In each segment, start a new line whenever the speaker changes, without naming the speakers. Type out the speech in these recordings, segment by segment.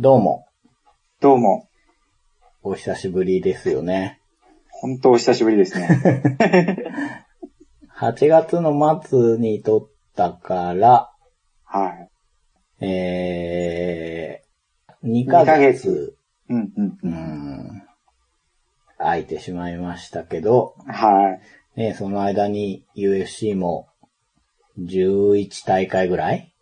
どうも、
どうも、
お久しぶりですよね。
本当お久しぶりですね。
8月の末に撮ったから、
はい。
えー、2ヶ月、
うんうん。
うん、空いてしまいましたけど、
はい。
ね、その間に UFC も11大会ぐらい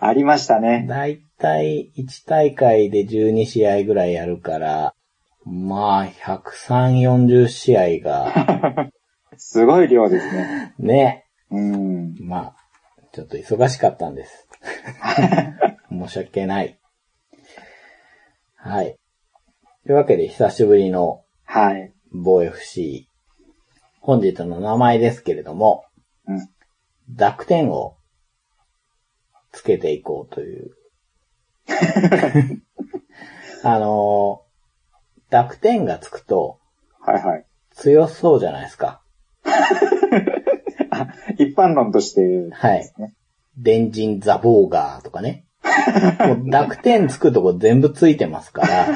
ありましたね。
だいたい1大会で12試合ぐらいやるから、まあ、103、40試合が、
すごい量ですね。
ね、
うん。
まあ、ちょっと忙しかったんです。 申し訳ない。はい。というわけで、久しぶりの
はい。
某 FC。本日の名前ですけれども、
うん。
濁点をつけていこうという。 あのー濁点がつくと
はいはい。
強そうじゃないですか。
一般論として、
はい
ね。
電人ザボーガーとか ね。もう濁点つくとこ全部ついてますから。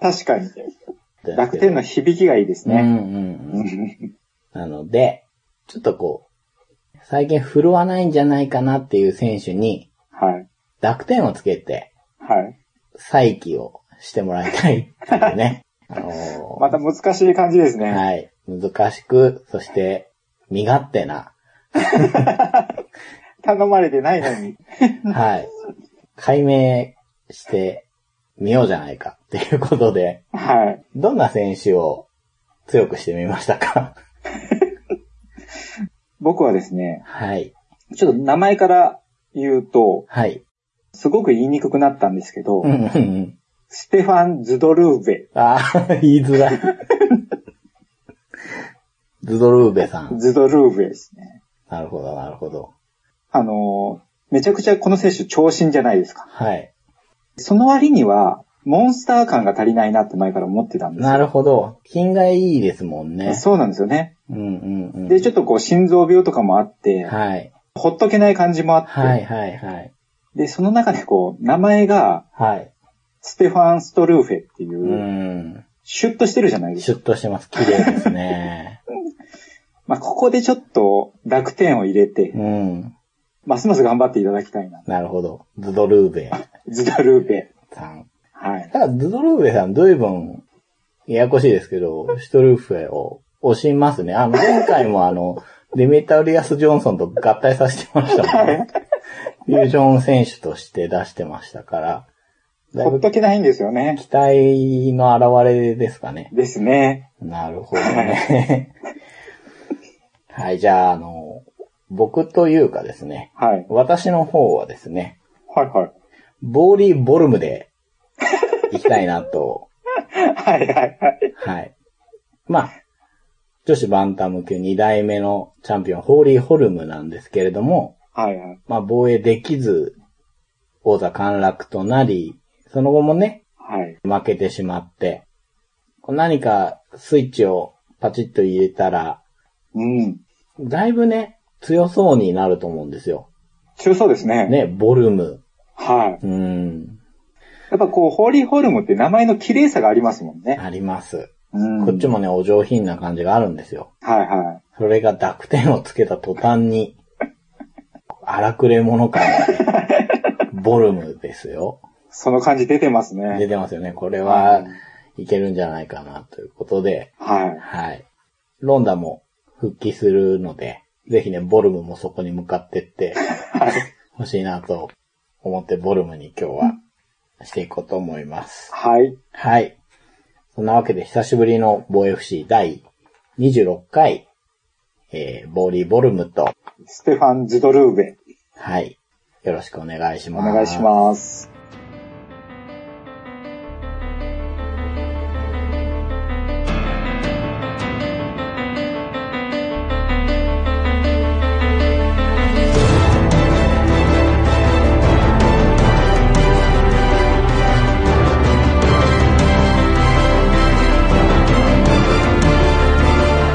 確かに、 濁点の響きがいいです
うん
ね。
うんうん。なので、ちょっとこう、最近振るわないんじゃないかなっていう選手に
はい。
濁点をつけて
はい。
再起をしてもらいたいっていう ね。あのー
また難しい感じですね。
はい。難しく、そして、身勝手な、
頼まれてないのに。
はい。解明してみようじゃないかっていうことで、
はい。
どんな選手を強くしてみましたか
僕はですね、
はい。
ちょっと名前から言うと、
はい。
すごく言いにくくなったんですけど、
うんうんうん。
ステファン・ズドルーベ。
ああ、言いづらい。ズドルーベさん。
ズドルーベですね。
なるほど、なるほど。
あのー、めちゃくちゃこの選手長身じゃないですか。
はい。
その割には、モンスター感が足りないなって前から思ってたんですよ。
なるほど。品がいいですもんね。
そうなんですよね。
う。んうんうん。
で、ちょっとこう心臓病とかもあって、
はい。
ほっとけない感じもあって、
はいはいはい。
で、その中でこう、名前が
はい。
ステファン・ストルーフェっていうう、
ん。
シュッとしてるじゃないですか。
シュッとしてます。綺麗ですね。
まあ、ここでちょっと濁点を入れて、
うん。
ますます頑張っていただきたいな。
なるほど。ズドルーベ
ズダルーベ。
さん。
はい。
ただ、ズドルーベさん、随分、ややこしいですけど、シュトルーフェを押しますね。あの、今回もあの、 デメタリアス・ジョンソンと合体させてましたもんね。フュージョン選手として出してましたから、だい
ほっ
ぶ
とけないんですよね。
期待の表れですかね。
ですね。
なるほどね。はい、じゃあ、あの、僕というかですね、
はい。
私の方はですね、
はいはい。
ボーリー・ボルムで行きたいなと、
はいはいはい。
はい。まあ、女子バンタム級2代目のチャンピオン、ホーリー・ホルムなんですけれども、
はいはい。
まあ、防衛できず、王座陥落となり、その後もね、
はい。
負けてしまって、こう何かスイッチをパチッと入れたら、
うん。
だいぶね、強そうになると思うんですよ。
強そうですね。
ね、ボルム。
はい。
うん、
やっぱこう、ホーリーホルムって名前の綺麗さがありますもんね。
あります。
うん
こっち。もね、お上品な感じがあるんですよ。
はいは
それが濁点をつけた途端に、荒くれ者感がね、ボルムですよ。
い。その感じ出てますね。
出てますよね。これ
は
は、いけるんじゃないかな、ということで、
は
はい。ロンダも復帰するので、ぜひね、ボルムもそこに向かってって、欲しいなと思って、ボルムに今日はしていこうと思います
い。。はい。
はい。そんなわけで久しぶりのボー FC 第26回、えー、ボーリーボルムと、
ステファン・ズドルーベ。
はい。よろしくお願いし
お
ます。
願いします。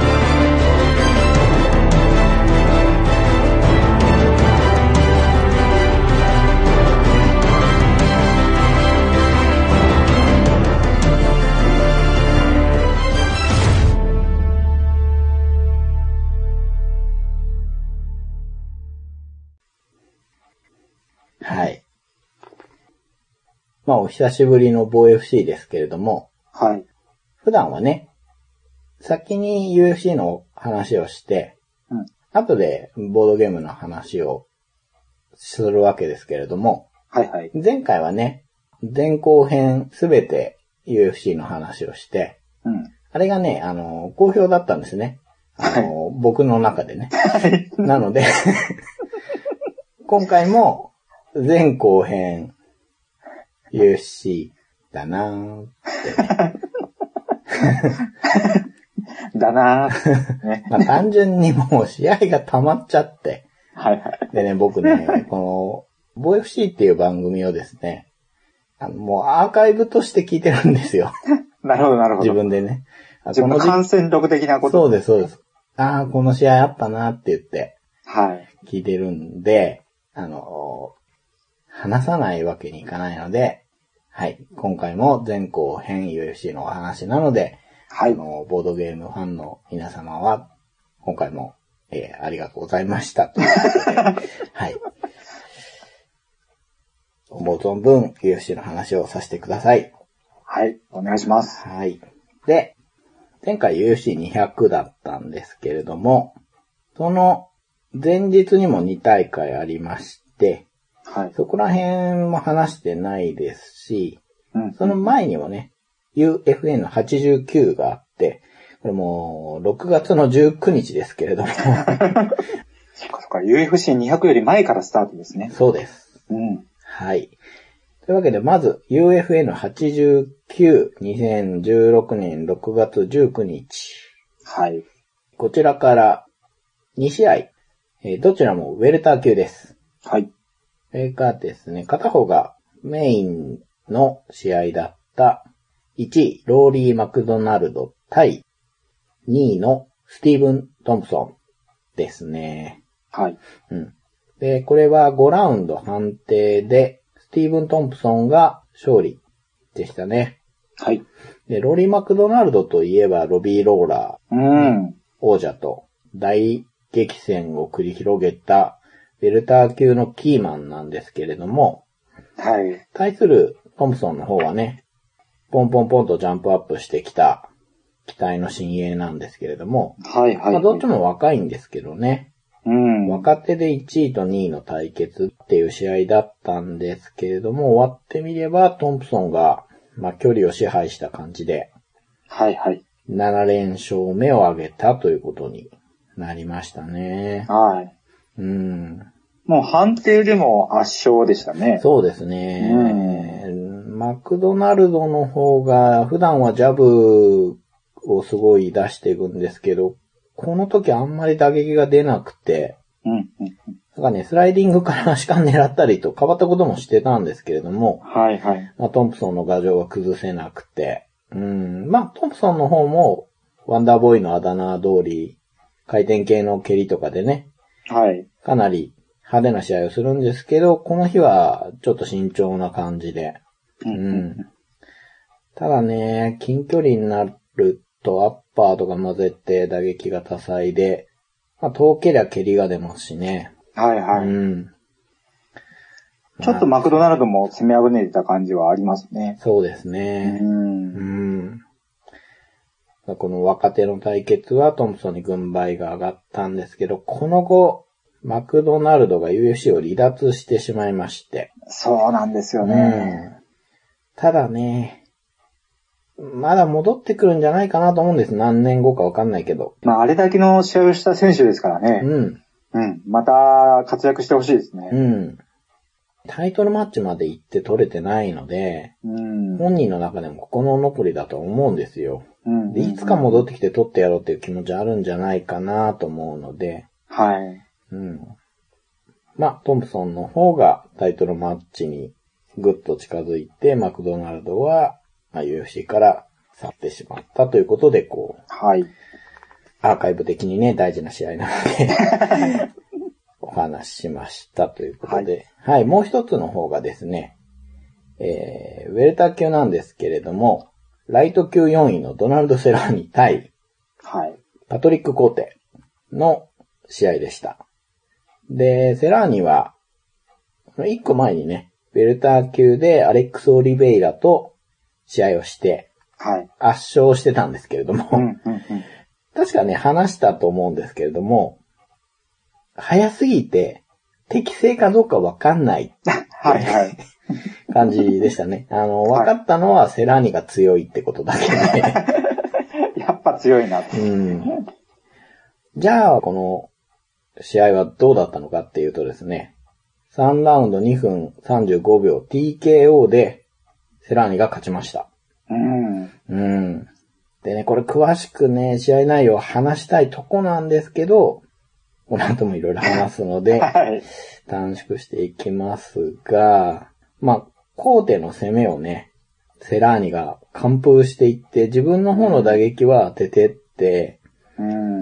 「
はい。まあ、お久しぶりの VFC ですけれども、
はい。
普段はね、先に UFC の話をして、
うん
後でボードゲームの話をするわけですけれども、
はいはい。
前回はね、前後編すべて UFC の話をして、
うん。
あれがね、あの、好評だったんですね。あの、僕の中でね。
はい。
なの で、今回も前後編 UFC だなぁ
だなー。ね。
まあ、単純にもう試合が溜まっちゃって。
はいはい。
でね、僕 ね、この、ボ FC っていう番組をですね、あのもうアーカイブとして聞いてるんですよ。
なるほどなるほ
自
ど。
分でね。あ
自分の
この
感染力的なこ
時
と。
そうです、そうです。ああ、この試合あったなって言って
はい。
聞いてるんで、あの、話さないわけにいかないので、はい。今回も前後編 UFC のお話なので、
は
あ
い。
の、ボードゲームファンの皆様は、今回も、えーありがとうございました。という ことではい。思う存分、UFC の話をさせてください。
はい。お願いします。
はい。で、前回 UFC200 だったんですけれども、その前日にも2大会ありまして、
はい。
そこら辺も話してないですし、
うん。
その前にもね、UFN の89があって、これもう、6月の19日ですけれども、
そっかそっか。UFC200 より前からスタートですね。
そうです。
うん。
はい。というわけで、まず、UFN89、2016年6月19日。
はい。
こちらから2試合、えーどちらもウェルター級です。
はい。
それがですね、片方がメインの試合だった1位、ローリー・マクドナルド対2位のスティーブン・トンプソンですね。
はい。
うん。で、これは5ラウンド判定で、スティーブン・トンプソンが勝利でしたね。
はい。
で、ローリー・マクドナルドといえばロビー・ローラー、
うん。
王者と大激戦を繰り広げたベルター級のキーマンなんですけれども、
はい。
対するトムソンの方はね、ポンポンポンとジャンプアップしてきた期待の新鋭なんですけれども、
はい。はい。
まあどっちも若いんですけどね、
うん。
若手で1位と2位の対決っていう試合だったんですけれども、終わってみればトンプソンが、まあ、距離を支配した感じで、
はい。はい。
7連勝目を挙げたということになりましたね。
はい。
うん。
もう判定でも圧勝でしたね。
そうですね。マクドナルドの方が、普段はジャブをすごい出していくんですけど、この時あんまり打撃が出なくて、
うん。うん。
なんかね、スライディングから足間狙ったりと変わったこともしてたんですけれども、
はい。はい。
まあ、トンプソンの牙城は崩せなくて、うん、まあ、トンプソンの方も、ワンダーボーイのあだ名通り、回転系の蹴りとかでね、
はい。
かなり派手な試合をするんですけど、この日はちょっと慎重な感じで。
う
う。ん。ただね、近距離になるとアッパーとか混ぜて打撃が多彩で、まあ、遠けりゃ蹴りが出ますしね。
はい。は
う
い。
ん。
ちょっとマクドナルドも攻めあぐねてた感じはありますね。
そうです
う。
ね。うんん。この若手の対決はトンプソンに軍配が上がったんですけど、この後、マクドナルドが UFC を離脱してしまいまして。
そうなんですよね。
うんただね、まだ戻ってくるんじゃないかなと思うんです。何年後かわかんないけど。
まあ、あれだけの試合をした選手ですからね。
うん、
うん。また活躍してほしいですね。
うん。タイトルマッチまで行って取れてないので、
うん。
本人の中でも心残りだと思うんですよ。
うん
でいつか。戻ってきて取ってやろうっていう気持ちあるんじゃないかなと思うので、
はい。
うん。まあ、トンプソンの方がタイトルマッチにぐっと近づいて、マクドナルドは、まあ、UFC から去ってしまったということで、こう、
はい。
アーカイブ的にね、大事な試合なので、お話ししましたということで、はい、もう一つの方がですね、えー、ウェルター級なんですけれども、ライト級4位のドナルド・セラーニ対
はい。
パトリック・コーテの試合でした。で、セラーニは、一個前にね、ベルター級でアレックス・オリベイラと試合をして、
はい。
圧勝してたんですけれども、
うん、うん、うん。
確かね、話したと思うんですけれども、早すぎて、適正かどうかわかんない
はい、はい。
感じでした ね。あの、
はい
分かったのはセラーニが強いってことだけで。
やっぱ強いな。
うん。じゃあ、この試合はどうだったのかっていうとですね、3ラウンド2分35秒 TKO でセラーニが勝ちました。
うん。
うん。でね、これ詳しくね、試合内容を話したいとこなんですけど、この後もいろいろ話すので、
はい。
短縮していきますが、まあ、コーテの攻めをね、セラーニが完封していって、自分の方の打撃は当ててって、
うん。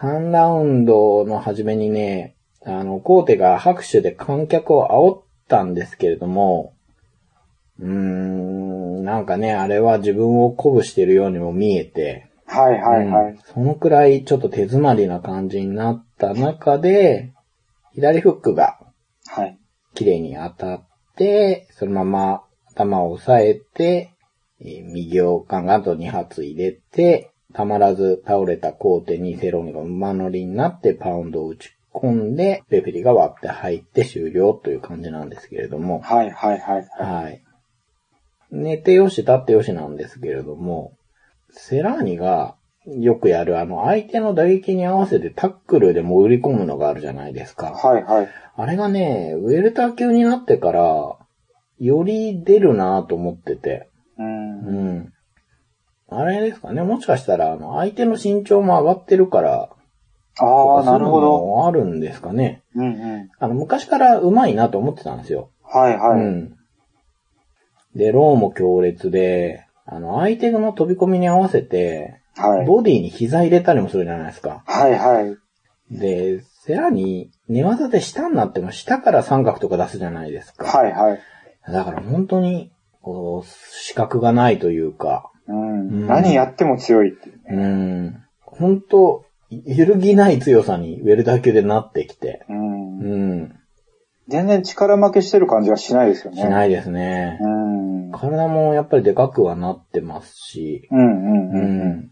3ラウンドの初めにね、あの、コーテが拍手で観客を煽ったんですけれども、うーん、なんかね、あれは自分を鼓舞してるようにも見えて、
はい、はい、は
うん
い。
そのくらいちょっと手詰まりな感じになった中で、左フックが
はい。
綺麗に当たって、そのまま頭を押さえて、えー右をガンガンと2発入れて、たまらず倒れたコーテにセローニが馬乗りになってパウンドを打ち込んで、レフェリーが割って入って終了という感じなんですけれども、
はい、はい、はい。
はい。寝てよし、立ってよしなんですけれども、セラーニがよくやるあの相手の打撃に合わせてタックルで潜り込むのがあるじゃないですか。
はい、はい。
あれがね、ウェルター級になってから、より出るなぁと思ってて。
う。
うんん。あれですかね、もしかしたら、あの、相手の身長も上がってるから、
ああ、なるほど。。
あるんですかね。
うん、うん。
あの、昔から上手いなと思ってたんですよ。
はい、は
う
い。
ん。で、ローも強烈で、あの、相手の飛び込みに合わせて、
はい。
ボディに膝入れたりもするじゃないですか。
はい、はい。
で、セラに寝技で下になっても下から三角とか出すじゃないですか。
はい、はい。
だから本当に、こう、資格がないというか、
う
うん
ん。何やっても強いっていう。
うん、本当、揺るぎない強さにウェルター級でなってきて、
うん。
うん、
全然力負けしてる感じがしないですよ
し
ね。
ないですね
う。ん。うん
体もやっぱりでかくはなってますし、
うん
う
うん。
ん。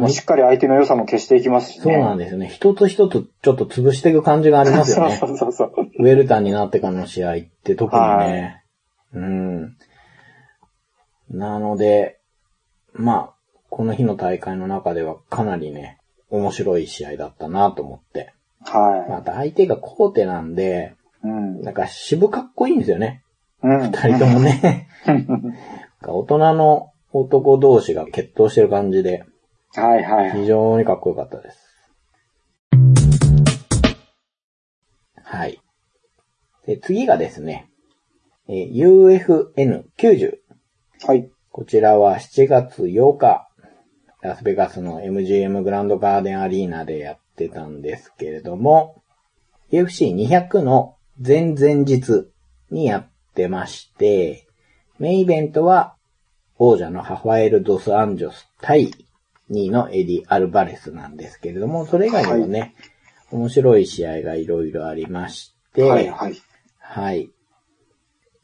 もうしっかり相手の良さも消していきますしね。
そうなんですよね。一つ一つちょっと潰していく感じがありますよね。
そうそうそうそう。
ウェルターになってからの試合って特にね。うん。なので、まあ、この日の大会の中ではかなりね、面白い試合だったなと思って。
は
また相手がコーテなんで、
い。うん。
なんか渋かっこいいんですよね。
うん。
二人ともね。なんか大人の男同士が決闘してる感じで、
はいはい。
非常にかっこよかったです。はい。で、次がですね、えー UFN90。
はい。
こちらは7月8日、ラスベガスの MGM グランドガーデンアリーナでやってたんですけれども、UFC200 の前々日にやってまして、メインイベントは王者のハファエル・ドス・アンジョス対2位のエディ・アルバレスなんですけれども、それ以外にもね、面白い試合がいろいろありまして、
はいはい。
はい。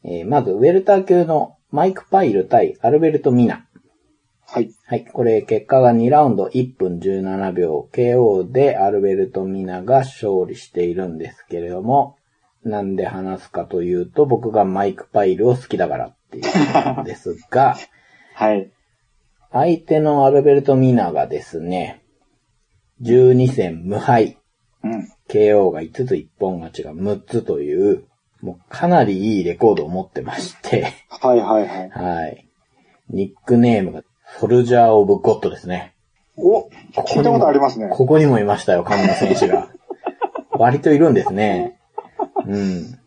えーまず、ウェルター級のマイク・パイル対アルベルト・ミナ。
はい。
はい。これ、結果が2ラウンド1分17秒 KO でアルベルト・ミナが勝利しているんですけれども、なんで話すかというと、僕がマイク・パイルを好きだからっていうことですが、
はい。
相手のアルベルト・ミナがですね、12戦無敗。
うん。
KO が5つ、一本勝ちが6つという、もうかなりいいレコードを持ってまして、
はいはいはい。
はい。ニックネームが、ソルジャー・オブ・ゴッドですね。
お
ここ
聞いたことありますね。
ここにもいましたよ、神野選手が。割といるんですね。うん。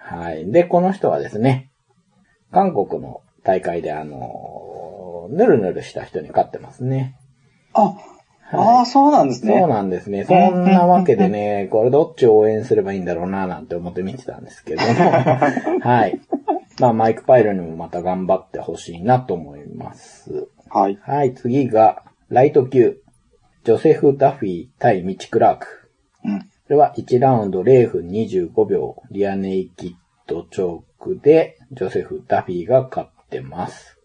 はい。で、この人はですね、韓国の大会であの、ぬるぬるした人に勝ってますね。
あ、ああ、そうなんですね。
そうなんですね。そんなわけでね、これどっちを応援すればいいんだろうな、なんて思って見てたんですけども。はい。まあ、マイクパイロにもまた頑張ってほしいなと思います。
はい。
はい、次が、ライト級。ジョセフ・ダフィー対ミッチ・クラーク。
うん。
れは1ラウンド0分25秒、リアネイキッドチョークで、ジョセフ・ダフィーが勝ってます。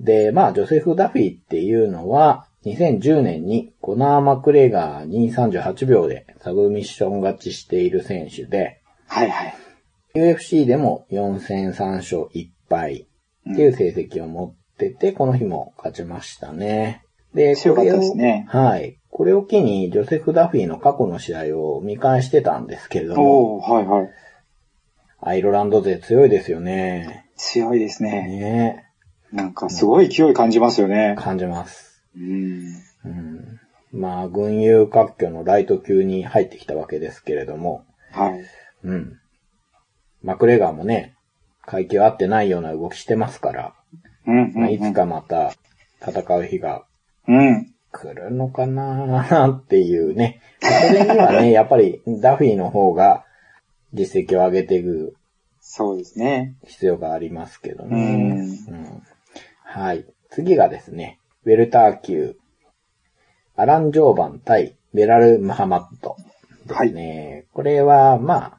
で、まあ、ジョセフ・ダフィーっていうのは、2010年にコナー・マクレガーに38秒でサブミッション勝ちしている選手で、
はいはい。
UFC でも4戦3勝1敗っていう成績を持ってて、この日も勝ちましたね。で、
強かったですね
これをはい。これを機に、ジョセフ・ダフィーの過去の試合を見返してたんですけれども、
おおはいはい。
アイルランド勢強いですよね。
強いですね。
ね
なんかすごい勢い感じますよね。
感じます。
うん。
うん。まあ、群雄割拠のライト級に入ってきたわけですけれども、
はい。
うん。マクレガーもね、階級合ってないような動きしてますから、
うん、う
まあ
ん。
いつ。かまた戦う日が
うん。
来るのかなーっていうね。それには ね、やっぱりダフィーの方が実績を上げていく
そうですね。
必要がありますけど
う
ね。
ん。
うんはい。次がですね、ウェルター級、アラン・ジョーバン対ベラル・ムハマッドですね。これは、まあ、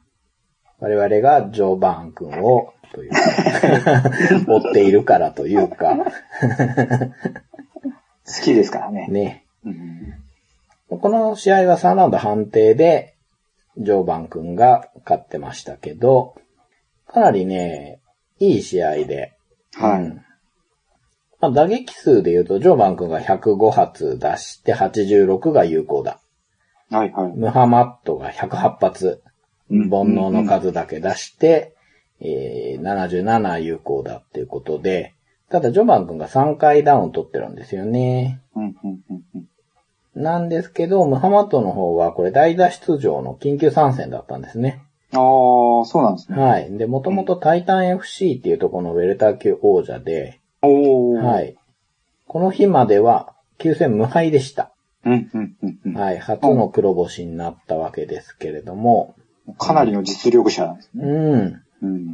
我々がジョーバーン君を、という か追っているからというか、
好きですからね。
ね、
うん。
この試合は3ラウンド判定で、ジョーバン君が勝ってましたけど、かなりね、いい試合で。
は
う
い。
んまあ、打撃数で言うと、ジョーバン君が105発出して86が有効だ。
はいはい。
ムハマットが108発、
う
煩
ん
悩の数だけ出して、えー77有効だっていうことで、ただジョーバン君が3回ダウン取ってるんですよね。
うん、うん、うんうん。
なんですけど、ムハマットの方はこれ代打出場の緊急参戦だったんですね。
ああ、そうなんですね。
はい。で、もともとタイタン FC っていうところのウェルター級王者で、
おお。。
はいい。この日までは9戦無敗でした。
うん、うん、うんうん。
はい。初の黒星になったわけですけれども、
かなりの実力者なんですね。
うん。
うん。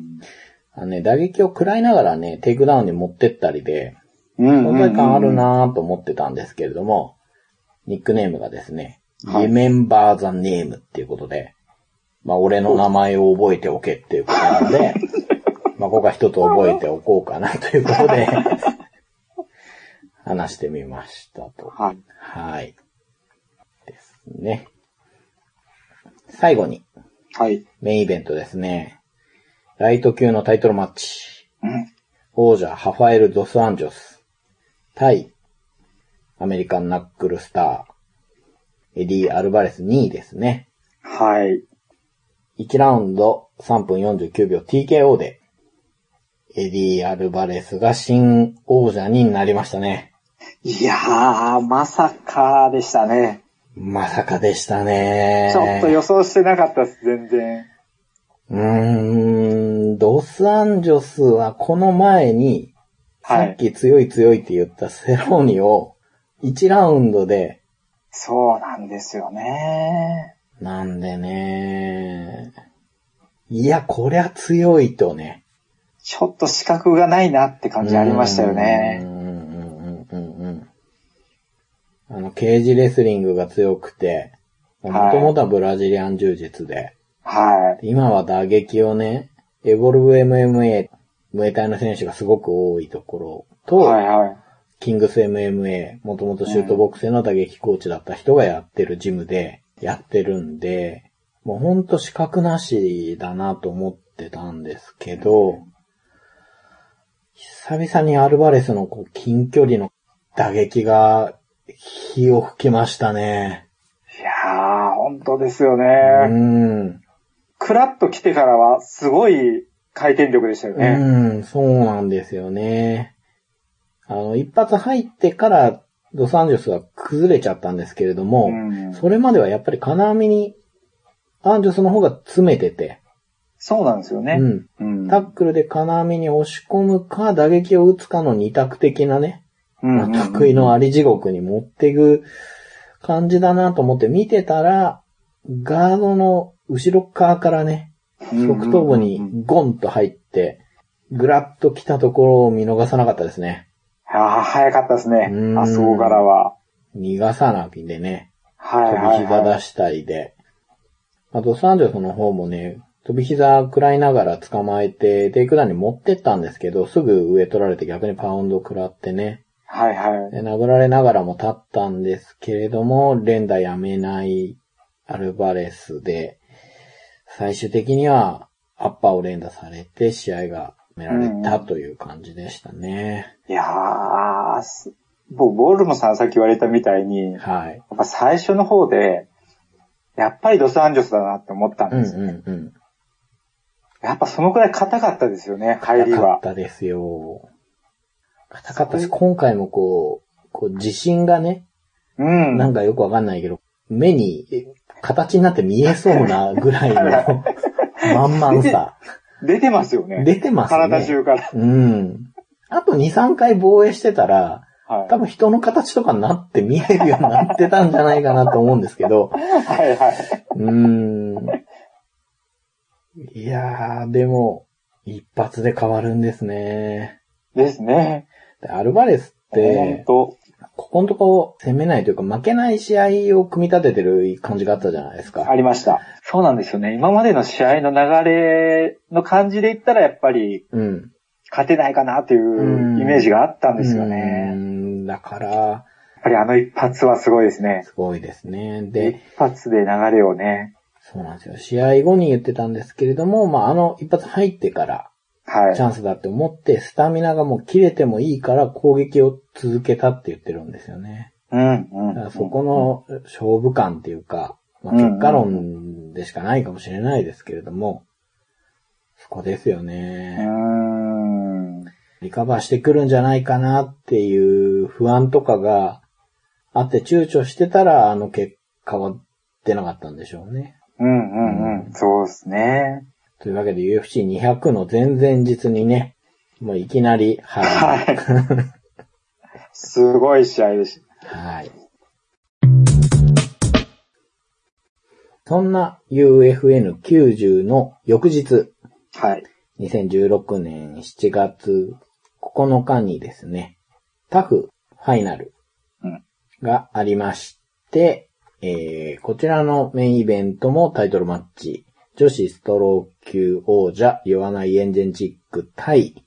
あのね、打撃を食らいながらね、テイクダウンに持ってったりで、
うん
存在感ある。なぁと思ってたんですけれども、ニックネームがですね、
はい
Remember the name っていうことで、まあ俺の名前を覚えておけっていうことなの で、まあここは一つ覚えておこうかなということで、 話してみましたと。
はい。
はい。ですね。最後に、
はい。
メインイベントですね。ライト級のタイトルマッチ。
うん。
王者ハファエル・ドス・アンジョス対アメリカンナックルスターエディ・アルバレス2位ですね。
はい。
1ラウンド3分49秒 TKO でエディ・アルバレスが新王者になりましたね。
いやー、まさかでしたね。
まさかでしたね。
ちょっと予想してなかったです、全然。
うーん、ドス・アンジョスはこの前に
は
さ
い
っ。き強い強いって言ったセローニを1ラウンドで
そうなんですよね。
なんでね。いや、こりゃ強いとね。
ちょっと資格がないなって感じありましたよ
う
ね。
んうんうんうんうん。あの、ケージレスリングが強くて、も
はい
ともとはブラジリアン柔術で、
はい。
今は打撃をね、エボルブ MMA、ムエタイの選手がすごく多いところと、
はいはい。
キングス MMA、もともとシュートボックスへの打撃コーチだった人がやってるジムで、やってるんで、もうほんと資格なしだなと思ってたんですけど、久々にアルバレスのこう近距離の打撃が火を吹きましたね。
いやー、本当ですよ
う
ね。
ん。
クラッと来てからは、すごい回転力でしたよね。
うん、そうなんですよね。あの、一発入ってからドサンジョスは崩れちゃったんですけれども、
うん
それまではやっぱり金網に、アンジョスの方が詰めてて、
そうなんですよね
う。ん。
うん
タックルで金網に押し込むか、打撃を打つかの二択的なね、まあ得意のあり地獄に持っていく感じだなと思って見てたら、ガードの後ろ側からね、側頭部
うんうんうんうん
にゴンと入って、ぐらっと来たところを見逃さなかったですね。
ああ、早かったですね
う。ん
あそこからは。
逃がさなきゃでね、
はい
飛
はい、
び膝
はい。
出したりで、あと、サンジョスの方もね、飛び膝食らいながら捕まえて、テイクダウンに持ってったんですけど、すぐ上取られて逆にパウンド食らってね、
はいはい。
で殴られながらも立ったんですけれども、連打やめないアルバレスで、最終的にはアッパーを連打されて試合が止められたという感じでしたね。
いやー、す僕、ボールもさんさっき言われたみたいに、やっ
はい。
ぱ最初の方で、やっぱりドスアンジョスだなって思ったん
うん
です。
うんうん。
やっぱそのくらい硬かったですよね、入り
硬かっ
は。
たですよ。硬かったし、今回もこう、こう自信がね、
うん。
なんかよくわかんないけど、目に、え形になって見えそうなぐ らいの、まんまんさ。
出てますよね。
出てますね。
体中から。
うん。あと2、3回防衛してたら、
はい。
多分人の形とかになって見えるようになってたんじゃないかなと思うんですけど、
はいはい。
うーん。いやー、でも、一発で変わるんですね。
ですね。
でアルバレスっ
本
て、
当
ここのとこ攻めないというか負けない試合を組み立ててる感じがあったじゃないですか。
ありました。そうなんですよね。今までの試合の流れの感じで言ったら、やっぱり
うん。
勝てないかなとい
うん
うイメージがあったんですよ
うー
ね。
ん。だから、
やっぱりあの一発はすごいですね。
すごいですね。
一
で、
発で流れをね。
そうなんですよ。試合後に言ってたんですけれども、まあ、あの一発入ってから、
はい
チ。ャンスだって思って、スタミナがもう切れてもいいから攻撃を続けたって言ってるんですよね。
うん、う
だか
ん。
らそこの勝負感っていうか、まあ、
うん
結果論でしかないかもしれないですけれども、そこですよね。
うん。
リカバーしてくるんじゃないかなっていう不安とかがあって躊躇してたら、あの結果は出なかったんでしょうね。
うん、うん、うん。そうですね。
というわけで UFC200 の前々日にね、もういきなり、は
はい。 すごい試合でし
い。はい。そんな UFN90 の翌日、
た。はい。
2016年7月9日にですね、タフファイナル
うん
がありまして、えーこちらのメインイベントもタイトルマッチ、女子ストロー級王者、ヨアナ・イエンジェンチック対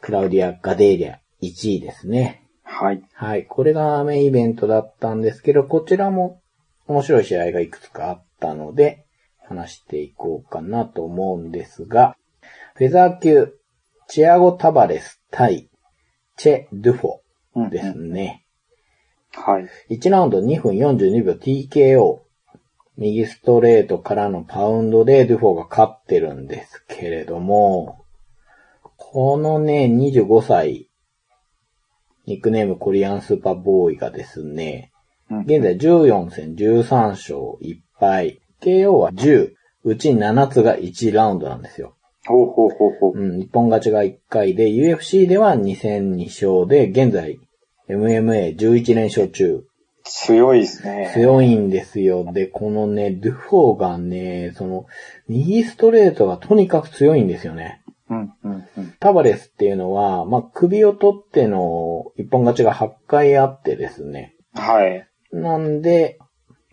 クラウディア・ガデーリア1位ですね。
はい。
はい、これがメインイベントだったんですけど、こちらも面白い試合がいくつかあったので、話していこうかなと思うんですが、フェザー級、チアゴ・タバレス対チェ・ドゥフ
うんう
ォ
ん
ですね。
はい。
1ラウンド2分42秒 TKO。右ストレートからのパウンドでドゥフォーが勝ってるんですけれども、このね、25歳、ニックネームコリアンスーパーボーイがですね、
うん
現在14戦13勝1敗、KO は10、うち7つが1ラウンドなんですよ。
ほうほうほうほう。
うん、一本勝ちが1回で、UFC では2戦2勝で、現在、MMA11 連勝中。
強いですね。
強いんですよ。で、このね、ドゥフォーがね、その、右ストレートがとにかく強いんですよね。
うん、うん、うん。
タバレスっていうのは、まあ、首を取っての一本勝ちが8回あってですね。
はい。
なんで、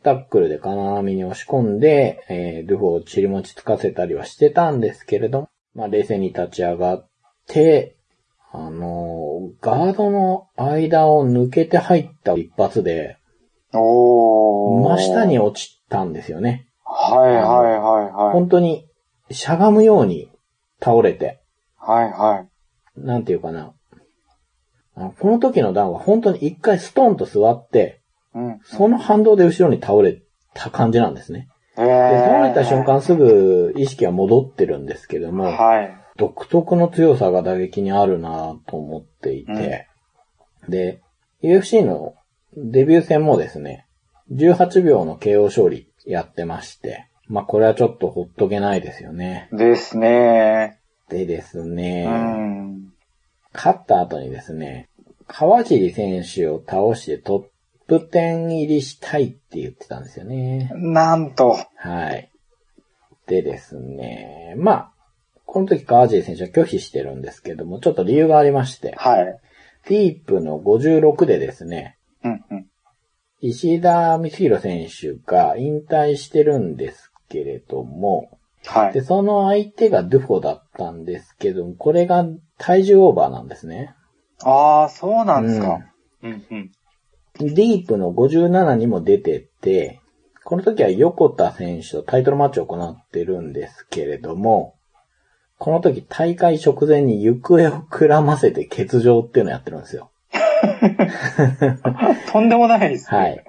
タックルで金網に押し込んで、えー、ドゥフォーを尻餅つかせたりはしてたんですけれども、まあ、冷静に立ち上がって、あのーガードの間を抜けて入った一発で、
おー。
真下に落ちたんですよね。
はいはいはいはい。
本当にしゃがむように倒れて、
はいはい。
なんていうかな。あのこの時の段は本当に一回ストンと座って、
うん。
その反動で後ろに倒れた感じなんですね。
え
で、
ー
倒れた瞬。間すぐ意識は戻ってるんですけども、
はい。
独特の強さが打撃にあるなぁと思っていて、で、UFC のデビュー戦もですね、18秒の KO 勝利やってまして、まあこれはちょっとほっとけないですよね。
ですね。
でです
う
ね、
ん。
勝った後にですね、川尻選手を倒してトップ10入りしたいって言ってたんですよね。
なんと。
はい。でですね、まあ、この時川尻選手は拒否してるんですけども、ちょっと理由がありまして、
はい。
ディープの56でですね、
うんうん。
石田光弘選手が引退してるんですけれども、
はい。
で、その相手がドゥフォだったんですけども、これが体重オーバーなんですね。
ああ、そうなんです
う
か
ん。
うん、うん。
ディープの57にも出てて、この時は横田選手とタイトルマッチを行ってるんですけれども、この時大会直前に行方をくらませて欠場っていうのをやってるんですよ。
とんでもないですね。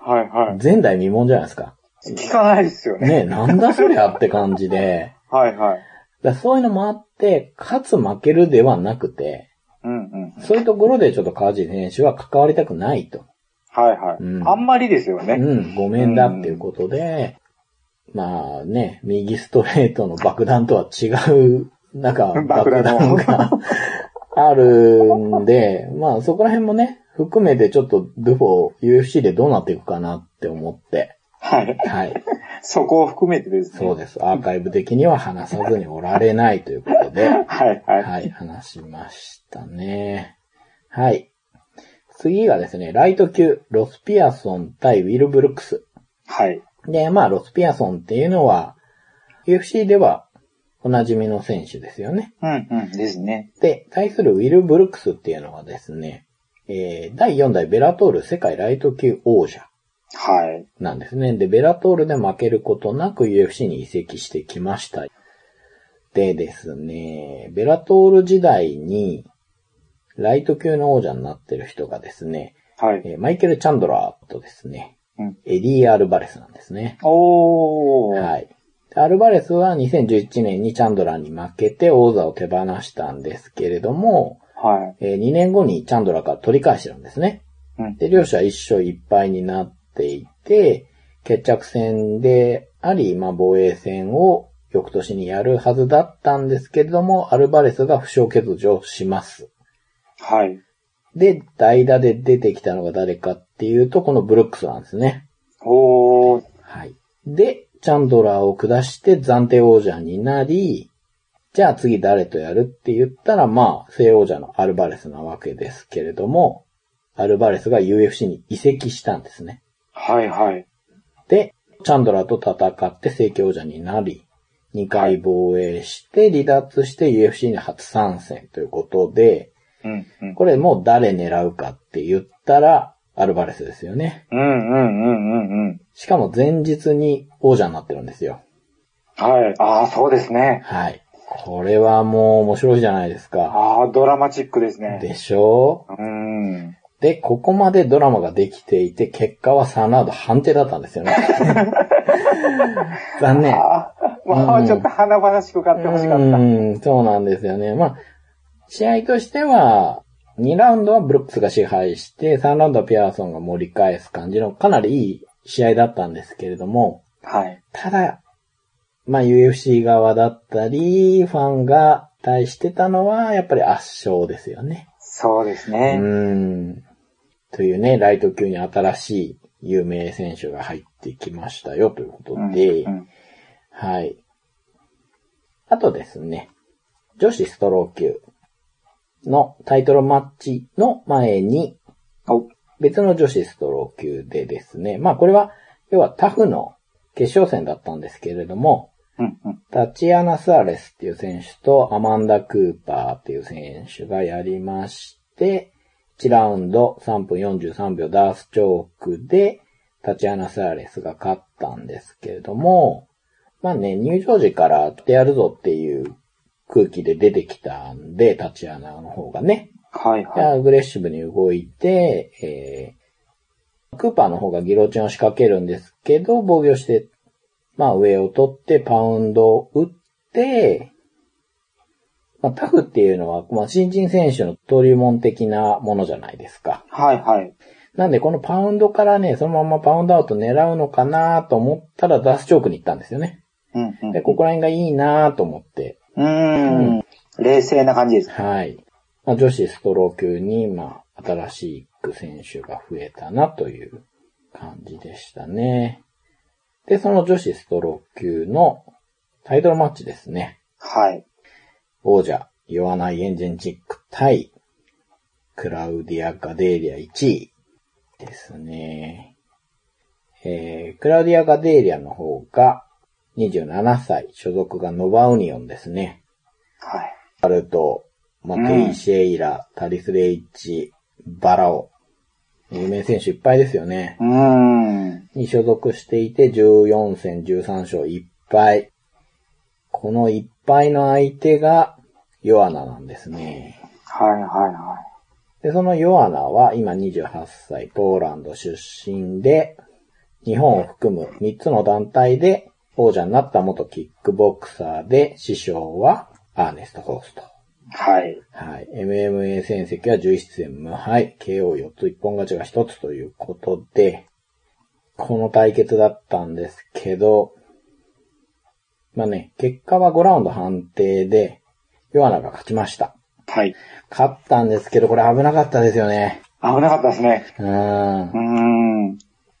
はい。。
はい、は
前代未聞じゃないですか。
い。聞かないですよね。
ねえ、なんだそりゃって感じで、
はい、は
だ
い。
からそういうのもあって、勝つ負けるではなくて、
うん、うん。
そういうところでちょっと川尻選手は関わりたくないと。
はい、はい。
うん
あんまりですよね。
うん、ごめんだっていうことで、まあね、右ストレートの爆弾とは違う、なんか爆
爆弾
弾
の
があるんで、まあそこら辺もね、含めてちょっとドゥフォー UFC でどうなっていくかなって思って、
はい。
はい。
そこを含めてですね。
そうです。アーカイブ的には話さずにおられないということで、
はい、はい。
はい、話しましたね。はい。次がですね、ライト級、ロスピアソン対ウィル・ブルックス。
はい。
で、まあ、ロスピアソンっていうのは、UFC ではおなじみの選手ですよね。
うん、うん。ですね。
で、対するウィル・ブルックスっていうのはですね、えー、第4代ベラトール世界ライト級王者
はい。
なんですね。で、ベラトールで負けることなく UFC に移籍してきました。でですね、ベラトール時代に、ライト級の王者になってる人がですね、
はい。
えーマイケル・チャンドラーとですね、
うん
エディ・アルバレスなんですね。
おー。
はい。でアルバレスは2011年にチャンドラーに負けて王座を手放したんですけれども、
は
え2年後にチャンドラーから取り返してるんですね。
い。うん。
で、両者一勝一敗になっていて、決着戦であり、まあ防衛戦を翌年にやるはずだったんですけれども、アルバレスが負傷欠場します。
はい。
で、代打で出てきたのが誰かっていうと、このブルックスなんですね。
おー。
はい。で、チャンドラーを下して暫定王者になり、じゃあ次誰とやるって言ったら、まあ、正王者のアルバレスなわけですけれども、アルバレスが UFC に移籍したんですね。
はい、はい。
で、チャンドラーと戦って正規王者になり、2回防衛して離脱して UFC に初参戦ということで、
うん、うん。
これもう誰狙うかって言ったら、アルバレスですよね。
うん、うん、うん、うん、うん。
しかも前日に王者になってるんですよ。
はい。ああ、そうですね。
はい。これはもう面白いじゃないですか。
ああ、ドラマチックですね。
でしょ
うーん。
うで、ここまでドラマができていて、結果はサナード判定だったんですよね。残念。
ああ、もうちょっと華々しく買ってほしかった。
うん、そうなんですよね。まあ、試合としては、2ラウンドはブルックスが支配して、3ラウンドはピアーソンが盛り返す感じの、かなりいい試合だったんですけれども、
はい。
ただ、まあ UFC 側だったり、ファンが対してたのは、やっぱり圧勝ですよね。
そうです
う
ね。
ーん。というね、ライト級に新しい有名選手が入ってきましたよということで、
うんうん
はい。あとですね、女子ストロー級のタイトルマッチの前に、
お
別の女子ストロー級でですね、まあこれは、要はタフの決勝戦だったんですけれども、
うんうん
タチアナ・スアレスっていう選手とアマンダ・クーパーっていう選手がやりまして、1ラウンド3分43秒ダースチョークでタチアナ・スアレスが勝ったんですけれども、まあね、入場時からやってやるぞっていう空気で出てきたんで、タチアナの方がね、
はい
で
は
アグレッシブに動いて、えー、クーパーの方がギロチンを仕掛けるんですけど、防御して、まあ上を取って、パウンドを打って、まあタフっていうのは、まあ新人選手の登竜門的なものじゃないですか。
い。はいはい。
なんでこのパウンドからね、そのままパウンドアウト狙うのかなと思ったらダースチョークに行ったんですよね。
うんうん
で、ここら辺がいいなと思って、
うーん。冷静な感じです。
はい。まあ、女子ストロー級に、まあ、新しい選手が増えたなという感じでしたね。で、その女子ストロー級のタイトルマッチですね。
はい。
王者、ヨアナイ・エンジェンチック対、クラウディア・ガデーリア1位ですね。えー、クラウディア・ガデーリアの方が、 27歳、所属がノバウニオンですね。
はい。
アルト、マテイ・シェイラ、タリス・レイチ、バラオ。有名選手いっぱいですよね。
うーん。
に所属していて14戦13勝1敗。この1敗の相手がヨアナなんですね。
はいはいは
で、そのヨアナは今28歳、ポーランド出身で、日本を含む3つの団体で王者になった元キックボクサーで、師匠はアーネスト・ホースト。
い。はい。
はい。MMA 戦績は11戦無敗、KO4 つ、一本勝ちが1つということで、この対決だったんですけど、まあね、結果は5ラウンド判定で、ヨアナが勝ちました。
はい。
勝ったんですけど、これ危なかったですよね。
危なかったですね。
うー。
うんーん。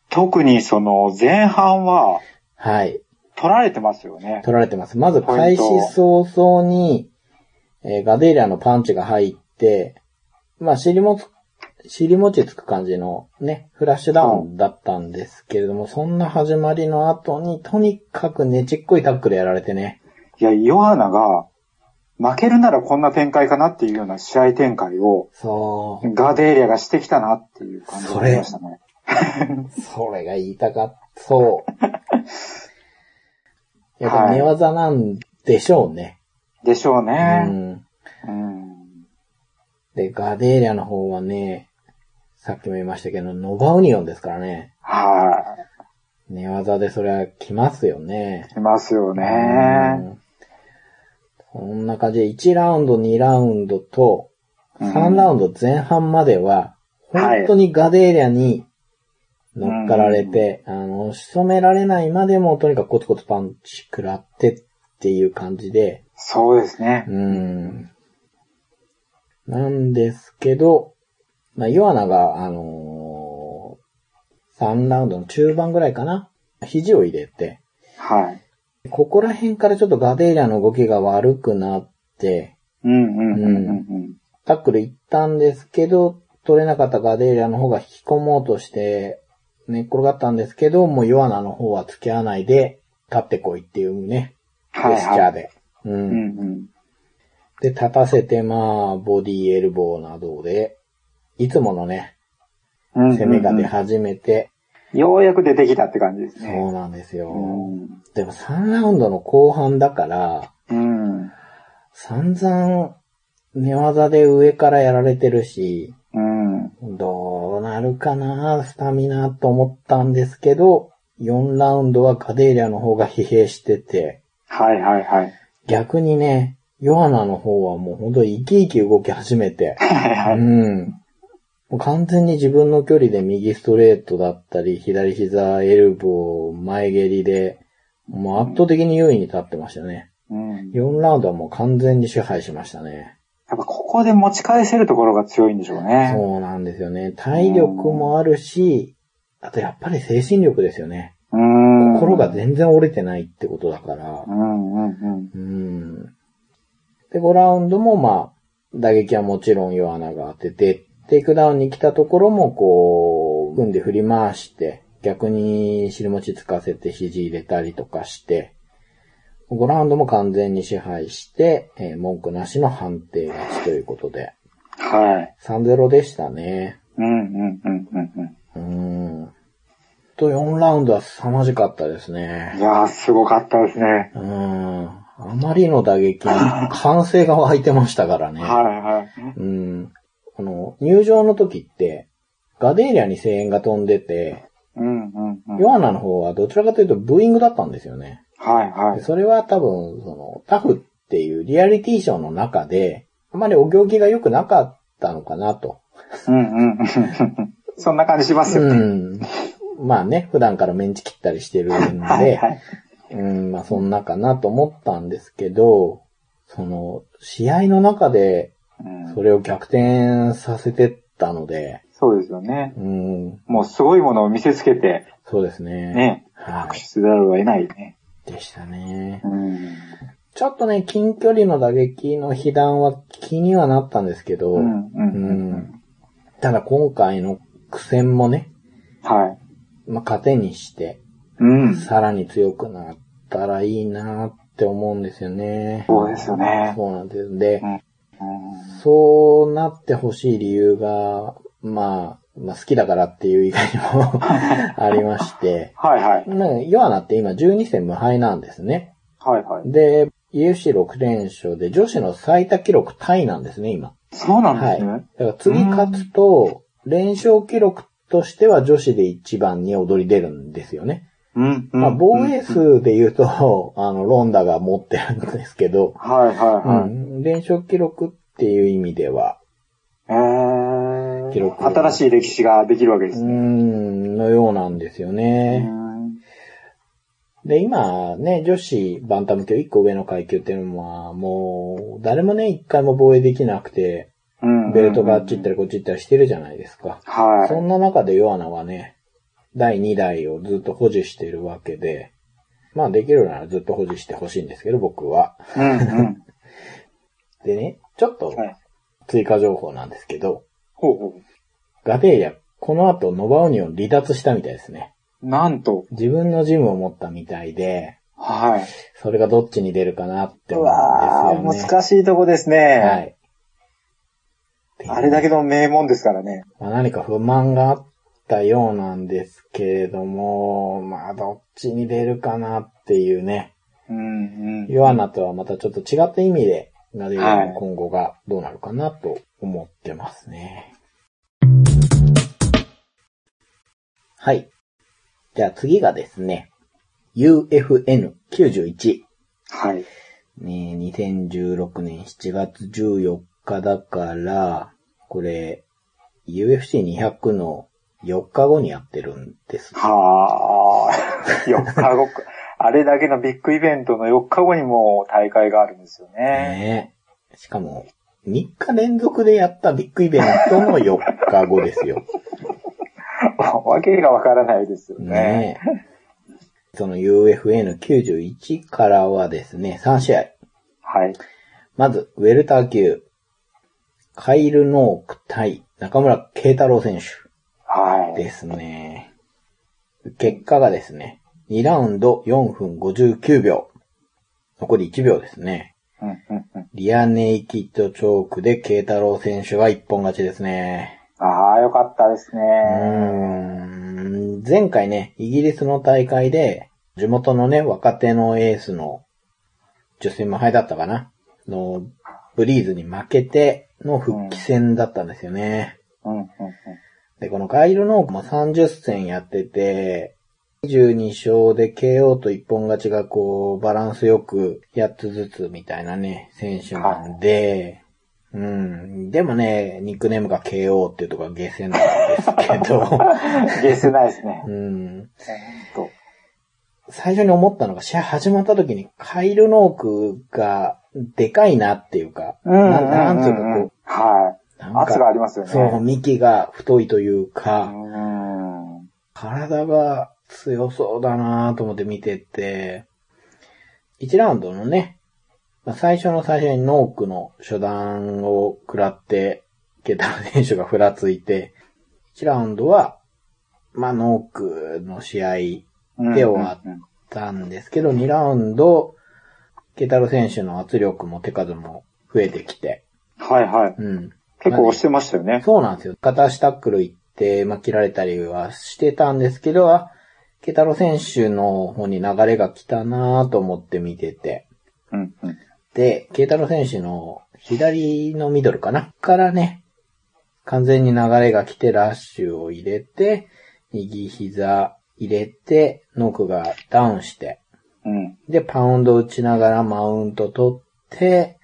特にその前半は
はい。
取られてますよね。
取られてます。まず開始早々に、えーガデイラのパンチが入って、まあ、尻もつ、尻餅つく感じのね、フラッシュダウンだったんですけれども、そんな始まりの後に、とにかくねちっこいタックルやられてね。
いや、ヨハナが負けるならこんな展開かなっていうような試合展開を
そ
ガデーリアがしてきたなっていう感じがしましたね。
う。それが言いたかった。そう。やっぱ寝技なんでしょうね。
でしょう
う
ね。
ん。
うん。
で、ガデーリャの方はね、さっきも言いましたけど、ノバウニオンですからね。
は
寝技でそれは来ますよね。
い。いますよね。
うんこんな感じで、1ラウンド、2ラウンドと、
うん
3ラウンド前半までは、
はい
本当にガデーリャに乗っかられて、あの、仕留められないまでも、とにかくコツコツパンチ食らってっていう感じで、
そうですね。
うん。なんですけど、まあ、ヨアナが、あのー、3ラウンドの中盤ぐらいかな。肘を入れて、
はい。
ここら辺からちょっとガデイラの動きが悪くなって、
うんうんうんうんうん。
タックル行ったんですけど、取れなかったガデイラの方が引き込もうとして、寝っ転がったんですけど、もうヨアナの方は付き合わないで、立ってこいっていうね、ジ
はい
ェスチャ
は
ー
い。
で。
う
うん
んうん。
で、立たせて、まあ、ボディエルボーなどで、いつものね、
うんうんうん
攻めが出始めて、
ようやく出てきたって感じです
そ
ね。
うなんですよ。
うん。
でも3ラウンドの後半だから、
うん。
散々寝技で上からやられてるし、
うん。
どうなるかな、スタミナと思ったんですけど、4ラウンドはカデイリアの方が疲弊してて、
はいはいはい。
逆にね、ヨアナの方はもうほんと生き生き動き始めて、
はいは
う
い。
ん。もう完全に自分の距離で右ストレートだったり、左膝、エルボー、前蹴りで、もう圧倒的に優位に立ってましたね。
うん。やっ
4ラウンドはもう完全に支配しましたね。
ぱここで持ち返せるところが強いんでしょうね。
そうなんですよね。体力もあるし、あとやっぱり精神力ですよね。
うん。
心が全然折れてないってことだから
う。んうんうん。
うん。で、5ラウンドもまあ、打撃はもちろん弱穴が当てて、テイクダウンに来たところもこう、組んで振り回して、逆に尻餅つかせて肘入れたりとかして、5ラウンドも完全に支配して、えー文句なしの判定勝ちということで、
はい。
3-0でしたね。
うんうんうんうん
うん。と、4ラウンドは凄まじかったです
うん。い
ね。
やー、すごかったですね。
うん。あまりの打撃に歓声が湧いてましたから ね。
はいはい。
うん。あの、入場の時って、ガデーリアに声援が飛んでて、
うんうんうん。
ヨアナの方はどちらかというとブーイングだったんですよね。
はいは
で
い。
それは多分、その、タフっていうリアリティショーの中で、あまりお行儀が良くなかったのかなと。
うんうんうん。 そんな感じしますよ
う
ね。
ん。まあね、普段からメンチ切ったりしてるん
はい
で
は、い。
うん、まあそんなかなと思ったんですけど、その、試合の中で
うん
それを逆転させてったので、
そうですよね。
うん、
もうすごいものを見せつけて、
そうですね。
ね、
は
握手
い。
せざるを得ないね。
でしたね
う。ん。
ちょっとね、近距離の打撃の被弾は気にはなったんですけど、
うん、う、
うん
うん。
んただ今回の苦戦もね、
はい。
まあ、糧にして、
うん。
さらに強くなったらいいなって思うんですよね。
そうですよね。
そうなんです。で
う、うん
そうなってほしい理由が、まあ、まあ好きだからっていう以外にも ありまして、
はいはい。
なんかヨアナって今12戦無敗なんですね。
はいはい。
で、UFC6 連勝で女子の最多記録タイなんですね、今。
そうなんで
はい。
すね
だ。から次勝つと、連勝記録としては女子で一番に躍り出るんですよね。
うん。うん
まあ、防衛。数で言うと、あの、ロンダが持ってるんですけど、
はいはいは
う
い。
ん、連勝記録っていう意味では、
えー
記録
新しい歴史ができるわけで
う
す
ー
ね。
ん、のようなんですよね。
うん
で、今ね、女子バンタム級1個上の階級っていうのは、もう、誰もね、1回も防衛できなくて、
うん
ベルトがあっち行ったりこっち行ったりしてるじゃないですか。そ
は
んな中でヨアナはね、第2代をずっと保持してるわけで、まあできるならずっと保持してほしいんですけど、僕は。
い。うんうん。
でね、ちょっと
はい
追加情報なんですけど、
ほうほ
ガテイヤ、この後ノバオニオン離脱したみたいですね。
う。なんと。
自分のジムを持ったみたいで、
はい。
それがどっちに出るかなって
う
思うん
わ
ですよね。
ー難しいとこです
は
ね。
い。
あれだけの名門ですからね。
まあ、何か不満があったようなんですけれども、まあ、どっちに出るかなっていうね。
うんうん。
ヨアナとはまたちょっと違った意味で、なで
はい
今後がどうなるかなと思ってますね。はい。じゃあ次がですね、UFN91。
はい。
ね、2016年7月14日だから、これ、UFC200 の4日後にやってるんです。
はー。4日後か。 あれだけのビッグイベントの4日後にもう大会があるんですよね。
ねえしかも、3日連続でやったビッグイベントの4日後ですよ。
わけがわからないですよね。
ねえその UFN91 からはですね、3試合。
はい。
まず、ウェルター級。カイル・ノーク対中村慶太郎選手。
はい。
ですね。結果がですね、2ラウンド4分59秒。残り1秒ですね。
うんうんうん
リアネイキッドチョークで慶太郎選手が一本勝ちですね。
ああ、よかったです
う
ね。
ーん。前回ね、イギリスの大会で、地元のね、若手のエースの、女性無敗だったかなの、ブリーズに負けての復帰戦だったんですよね。
うんうんうん。
で、このカイル・ノークも30戦やってて、22勝で KO と一本勝ちがこう、バランスよく8つずつみたいなね、選手なんで、うん。でもね、ニックネームが KO っていうところが下世なんですけ ど、
ゲスないですね。
うん。
ほんと
最初に思ったのが、試合始まった時にカイル・ノークがでかいなっていうか、
うんうんうんうん。
なんなんつうかこ
は
う、
い
な。ん
圧があ
か、
りますよね。
そう、幹が太いというか、
うん。
体が強そうだなと思って見てて、1ラウンドのね、まあ最初の最初にノークの初段を食らって、ケタロ選手がふらついて、1ラウンドは、まあ、ノークの試合で終わっ
うんうんうん
たんですけど、2ラウンド、ケタロ選手の圧力も手数も増えてきて、
はいはい。
うん。
結構押してましたよね。
そうなんですよ。片足タックル行って、まあ、切られたりはしてたんですけど、あ、ケタロ選手の方に流れが来たなと思って見てて。
うんうん。
で、ケタロ選手の左のミドルかなからね、完全に流れが来てラッシュを入れて、右膝入れて、ノックがダウンして、
うん。
で、パウンド打ちながらマウント取って、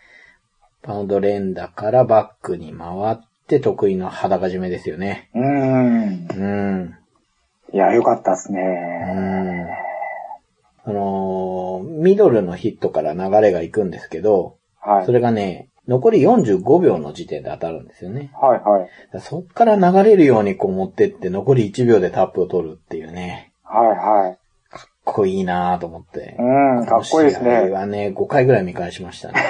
パウンド連打からバックに回って得意の裸締めですよね。
うん。
うん。うん。
いや、よかったですね。
あのーミドルのヒットから流れが行くんですけど、
はい。
それがね、残り45秒の時点で当たるんですよね。
はいはい。
そっから流れるようにこう持ってって残り1秒でタップを取るっていうね。
はいはい。
かっこいいなぁと思って。
うん、かっこいいです
この試合
ね。
はね、5回ぐらい見返しましたね。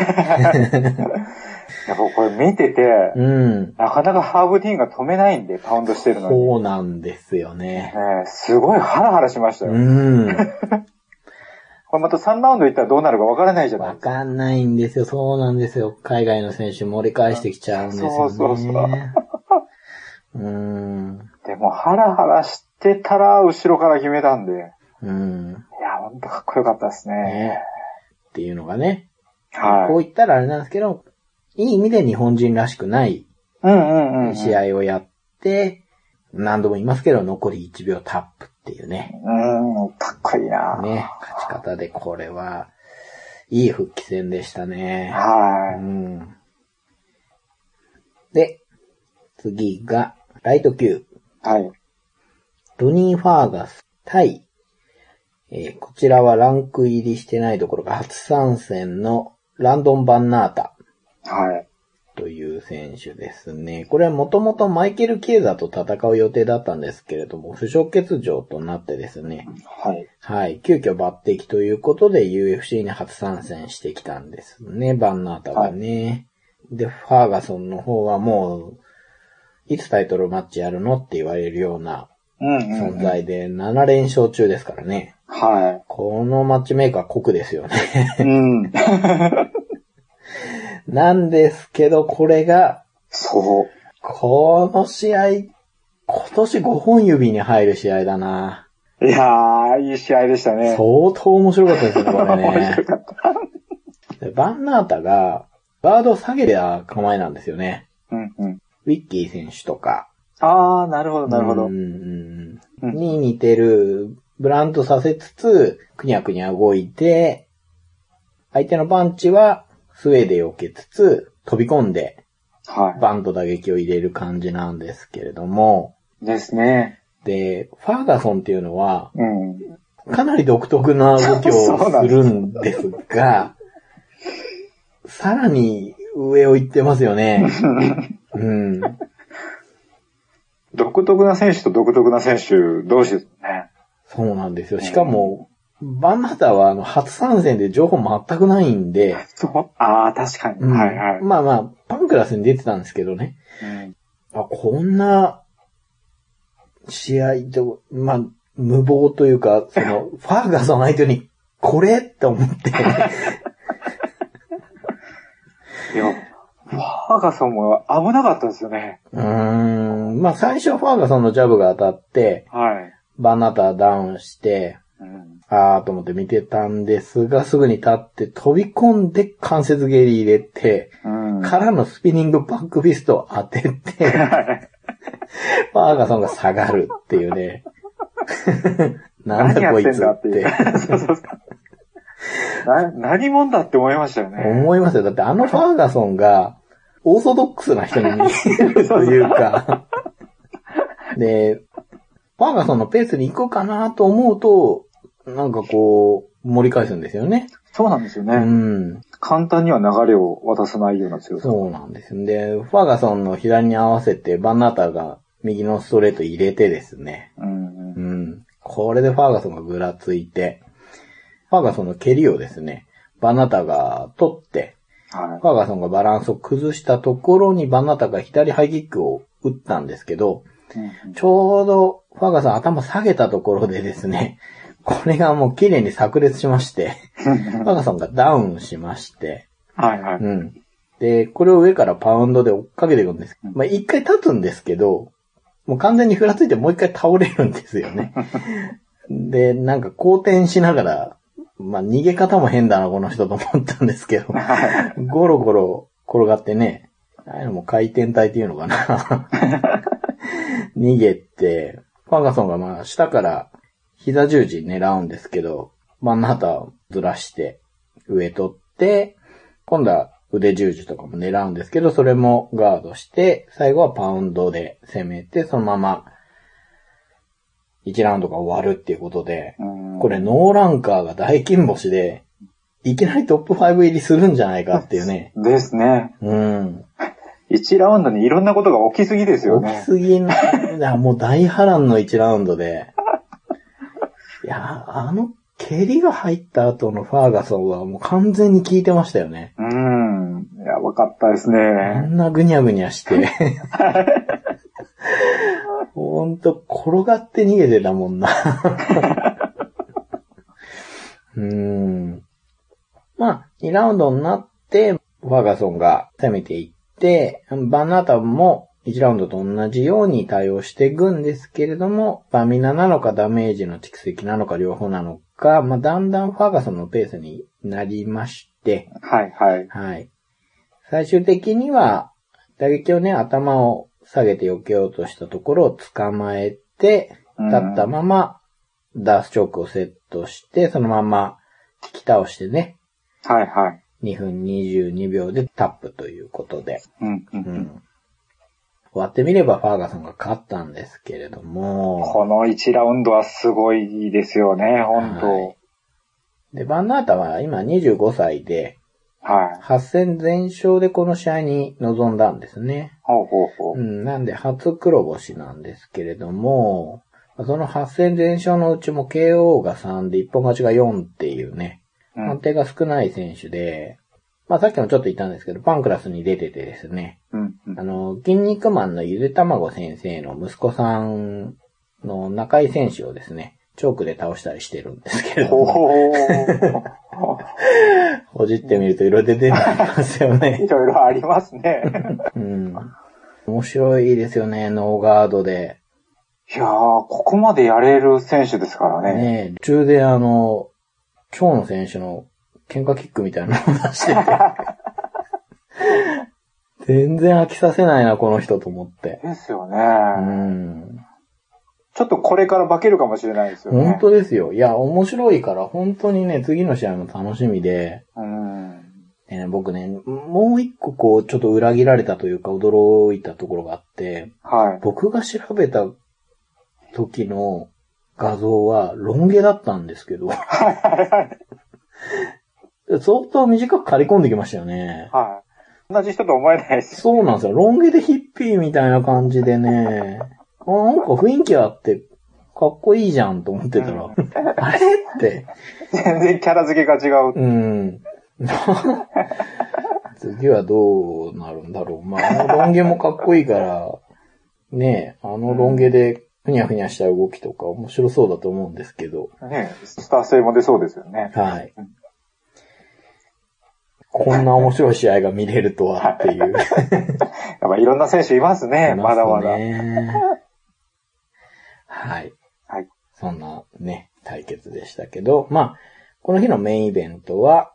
いや僕これ見てて、
うん。
なかなかハーブティーンが止めないんで、パウンドしてるのに。
そうなんですよね。
ねえすごいハラハラしましたよ。
うん。
これまた3ラウンド行ったらどうなるかわからないじゃない
わかんないんですよ。そうなんですよ。海外の選手盛り返してきちゃうんですよね。
そうそうそう
うーん。
でも、ハラハラしてたら、後ろから決めたんで、い
うん。ね
や、ほんとかっこよかったですね。
っていうのがね。こ
は
う言ったらあれなんですけど、いい意味で日本人らしくない
い。うんうんうんうん。
試合をやって、何度も言いますけど、残り1秒タップっていうね。
うん、かっこいいな。
ね。勝ち方でこれは、いい復帰戦でしたね。う
は
ん。で、次が、ライト級、
い。はい。
ドニー・ファーガス対、えーこちらはランク入りしてないどころか初参戦のランドン・バンナータ
はい。
という選手ですね。これはもともとマイケル・キエザと戦う予定だったんですけれども、負傷欠場となってですね、
はい。
はい、急遽抜擢ということで UFC に初参戦してきたんですね、バンナータはね。で、ファーガソンの方はもう、いつタイトルマッチやるのって言われるような
うんうん
存
うん。
在で7連勝中ですからね。
は
このマッチメーカー酷ですよね。
い。うん。
なんですけど、これが、
そう。
この試合、今年5本指に入る試合だな。
いやー、いい試合でしたね。
相当面白かったですね、これ
面
ね
白。かった。
でバンナータが、ガードを下げた構えなんですよね。
うんうん。
ウィッキー選手とか。
あー、なるほど、なるほど
うん。うん
う
うんんに似てる、ブランドさせつつ、くにゃくにゃ動いて、相手のパンチはスウェーデンを受けつつ、飛び込んで、
は
バンと打撃を入れる感じなんですけれども、
い。ですね。
で、ファーガソンっていうのは、
うん。
かなり独特な動き
そうな
をす
んです
るんです が、さらに上を行ってますよね。うん。
独特な選手と独特な選手同士ですね。
そうなんですよ。しかも、バンナータはあの初参戦で情報全くないんで、
そう。あー、確かに。
うん
はいはい。
まあまあ、パンクラスに出てたんですけどね。
うん
あ、こんな、試合と、まあ、無謀というか、そ の、ファーガソン相手に、これって思って。
いや、ファーガソンも危なかったですよね。
うーん。まあ、最初ファーガソンのジャブが当たって、
はい。
バナタダウンして、
うん、
あーと思って見てたんですが、すぐに立って飛び込んで関節蹴り入れて、
うん。
からのスピニングバックフィストを当てて、ファーガソンが下がるっていうね。なん
何
だ
や
こ
っ
い
て
つ
んだ
っ
っていう
て。。
そうそうそう な何者だって思いましたよね。
思いますよ。だってあのファーガソンが、オーソドックスな人に見えるという か。で、ファーガソンのペースに行くかなと思うと、なんかこう、盛り返すんですよね。
そうなんですよね。
うん。
簡単には流れを渡さないような強さ。
そうなんですよ。で、ファーガソンの左に合わせて、バンナータが右のストレート入れてですね。
うんう
うんん。これでファーガソンがぐらついて、ファーガソンの蹴りをですね、バンナータが取って、
は
ファーガソンがバランスを崩したところにバナタが左ハイキックを打ったんですけど、
いうん
ちょうどファーガソン頭下げたところでですね、これがもう綺麗に炸裂しまして、ファーガソンがダウンしまして、
はいはい。
うん。で、これを上からパウンドで追っかけていくんです。まあ、一回立つんですけど、もう完全にふらついてもう一回倒れるんですよ ね。で、なんか後転しながら、まあ、逃げ方も変だな、この人と思ったんですけど、
はい
ゴロゴロ転がってね、ああいうのも回転体っていうのかな。逃げて、ファーガソンがまあ下から膝十字狙うんですけど、真ん中をずらして上取って、今度は腕十字とかも狙うんですけど、それもガードして、最後はパウンドで攻めて、そのまま1ラウンドが終わるっていうことで、
うん
これノーランカーが大金星で、いきなりトップ5入りするんじゃないかっていうね。
ですね。
うん。
1ラウンドにいろんなことが起きすぎですよ
大き
ね。
すぎな、いやもう大波乱の1ラウンドで。いや、あの、蹴りが入った後のファーガソンはもう完全に効いてましたよね。
うん。やばかったですね。
あんなぐにゃぐにゃして。ほんと、転がって逃げてたもんな。うーん。まあ、2ラウンドになって、ファーガソンが攻めていって、バンナータも1ラウンドと同じように対応していくんですけれども、スタミナなのかダメージの蓄積なのか両方なのか、まあ、だんだんファーガソンのペースになりまして、
はいはい。
はい。最終的には、打撃をね、頭を下げて避けようとしたところを捕まえて、
うん
立ったまま、ダースチョークをセットして、そのまま引き倒してね、
はいはい。
2分22秒でタップということで、
うんう。
うんん。終わってみればファーガソンが勝ったんですけれども、
この1ラウンドはすごいですよね、本当
で、バンナータは今25歳で、
はい。
8戦全勝でこの試合に臨んだんですね。
ほうほうほ
う
う。
ん、なんで初黒星なんですけれども、その8戦全勝のうちも KO が3で一本勝ちが4っていうね、
うん
判定が少ない選手で、まあさっきもちょっと言ったんですけど、パンクラスに出ててですね、
うんうん
あの、筋肉マンのゆで卵先生の息子さんの中井選手をですね、チョークで倒したりしてるんですけれど
ほう
も、
ほうほ
ほじってみると色々出てますよ
う。い
ね。
ろいろありますね。
うん。面白いですよね、ノーガードで。
いやー、ここまでやれる選手ですからね。
ねえ、途中であの、蝶野選手の喧嘩キックみたいな のを出してて。全然飽きさせないな、この人と思って。
ですよ
う
ね。
ん。
ちょっとこれから化けるかもしれないですよね。
本当ですよ。いや、面白いから、本当にね、次の試合も楽しみで、
うん。
でね僕ね、もう一個こう、ちょっと裏切られたというか、驚いたところがあって、
はい。
僕が調べた時の画像はロン毛だったんですけど、相当短く刈り込んできましたよね。
はい。同じ人と思えないし。
そうなんですよ。ロン毛でヒッピーみたいな感じでね、あなんか雰囲気あって、かっこいいじゃんと思ってたら、あれって、
全然キャラ付けが違う。
うん。 次はどうなるんだろう。まあ、あのロン毛もかっこいいから、ねえ、あのロン毛でふにゃふにゃした動きとか面白そうだと思うんですけど、
ねスター性も出そうですよね。
はい。こんな面白い試合が見れるとはっていう。
やっぱいろんな選手いますね、まだ まだ。はい。
だ。はい。そんなね、対決でしたけど、まあ、この日のメインイベントは、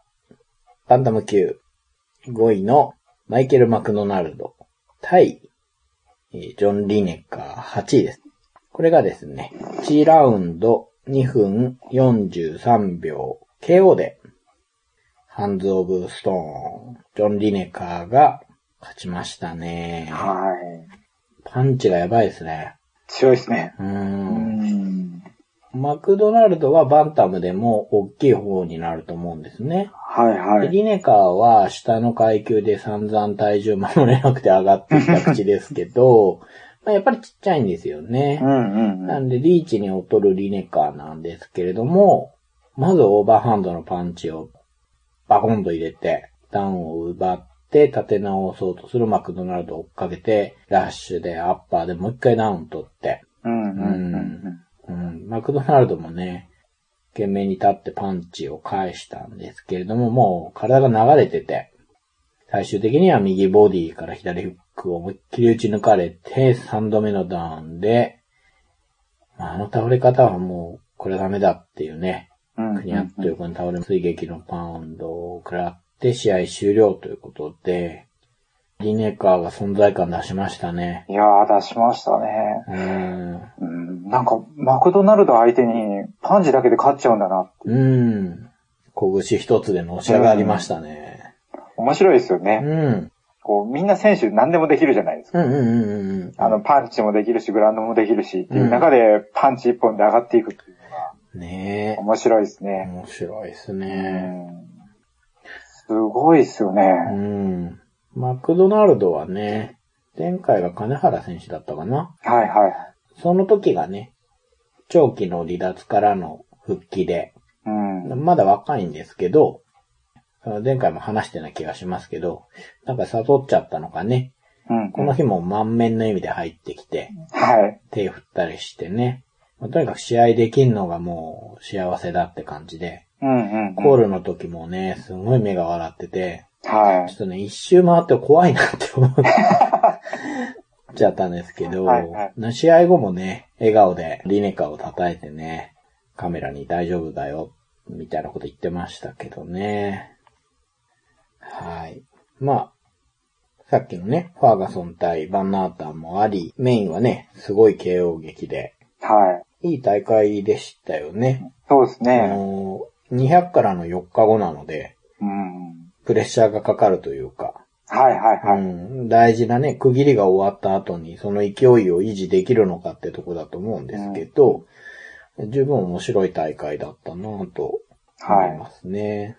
バンタム級5位のマイケル・マクドナルド対、えージョン・リネッカー8位です。これがですね、1ラウンド2分43秒 KO で、ハンズ・オブ・ストーン、ジョン・リネッカーが勝ちましたね。パンチがやばいですね。
強いですね。
う。
うんん。
マクドナルドはバンタムでも大きい方になると思うんですね。
はいは
で
い。
リネカーは下の階級で散々体重守れなくて上がってきた口ですけ ど、まあやっぱりちっちゃいんですよ
う
ね。
んうんう。
なんんでリーチに劣るリネカーなんですけれども、まずオーバーハンドのパンチをバコンと入れて、ダウンを奪って立て直そうとするマクドナルドを追っかけて、ラッシュでアッパーでもう一回ダウン取って、
うんうんうんうん。
うん、マクドナルドもね、懸命に立ってパンチを返したんですけれども、もう体が流れてて、最終的には右ボディから左フックを思いっきり打ち抜かれて、3度目のダウンで、まあ、あの倒れ方はもう、これダメだっていうね、
うん
くにゃっと横に倒れ、水撃のパウンドを食らって試合終了ということで、リネカーが存在感出しましたね。
いやー、出しましたね。
うん。
うんなんか、マクドナルド相手にパンチだけで勝っちゃうんだな。
うん。拳一つでのし上がりましたね。
面白いですよ
うん。
ね。
うん
こう、みんな選手何でもできるじゃないですか。
うんうんうんうん。
あの、パンチもできるし、グラウンドもできるし、っていううん中でパンチ一本で上がっていくっていうのが
ね
面白いです
え。
ね。
面白いです
う
ね。
んすごいですよ
う
ね。
ん。マクドナルドはね、前回が金原選手だったかな。
はいはい。
その時がね、長期の離脱からの復帰で、
うん。
まだ若いんですけど、前回も話してない気がしますけど、なんか悟っちゃったのかね。
うん
この日も満面の意味で入ってきて、
はい。
手振ったりしてね。まあとにかく試合できんのがもう幸せだって感じで、
うんうんうん。
コールの時もね、すごい目が笑ってて、
は
ちょっとね、一周回って怖いなって思っちゃったんですけど、
はいは
試合後もね、笑顔でリネカを叩いてね、カメラに大丈夫だよ、みたいなこと言ってましたけどね。はい。まあ、さっきのね、ファーガソン対バンナータンもあり、メインはね、すごい KO 劇で、
い。はい。
いい大会でしたよね。
そうです
あ
ね。
の200からの4日後なので、
うん。はい
プレッシャーがかかるというか、
はいは
う
い。
ん、大事なね、区切りが終わった後にその勢いを維持できるのかってとこだと思うんですけど、十分面白い大会だったなぁと思いますね。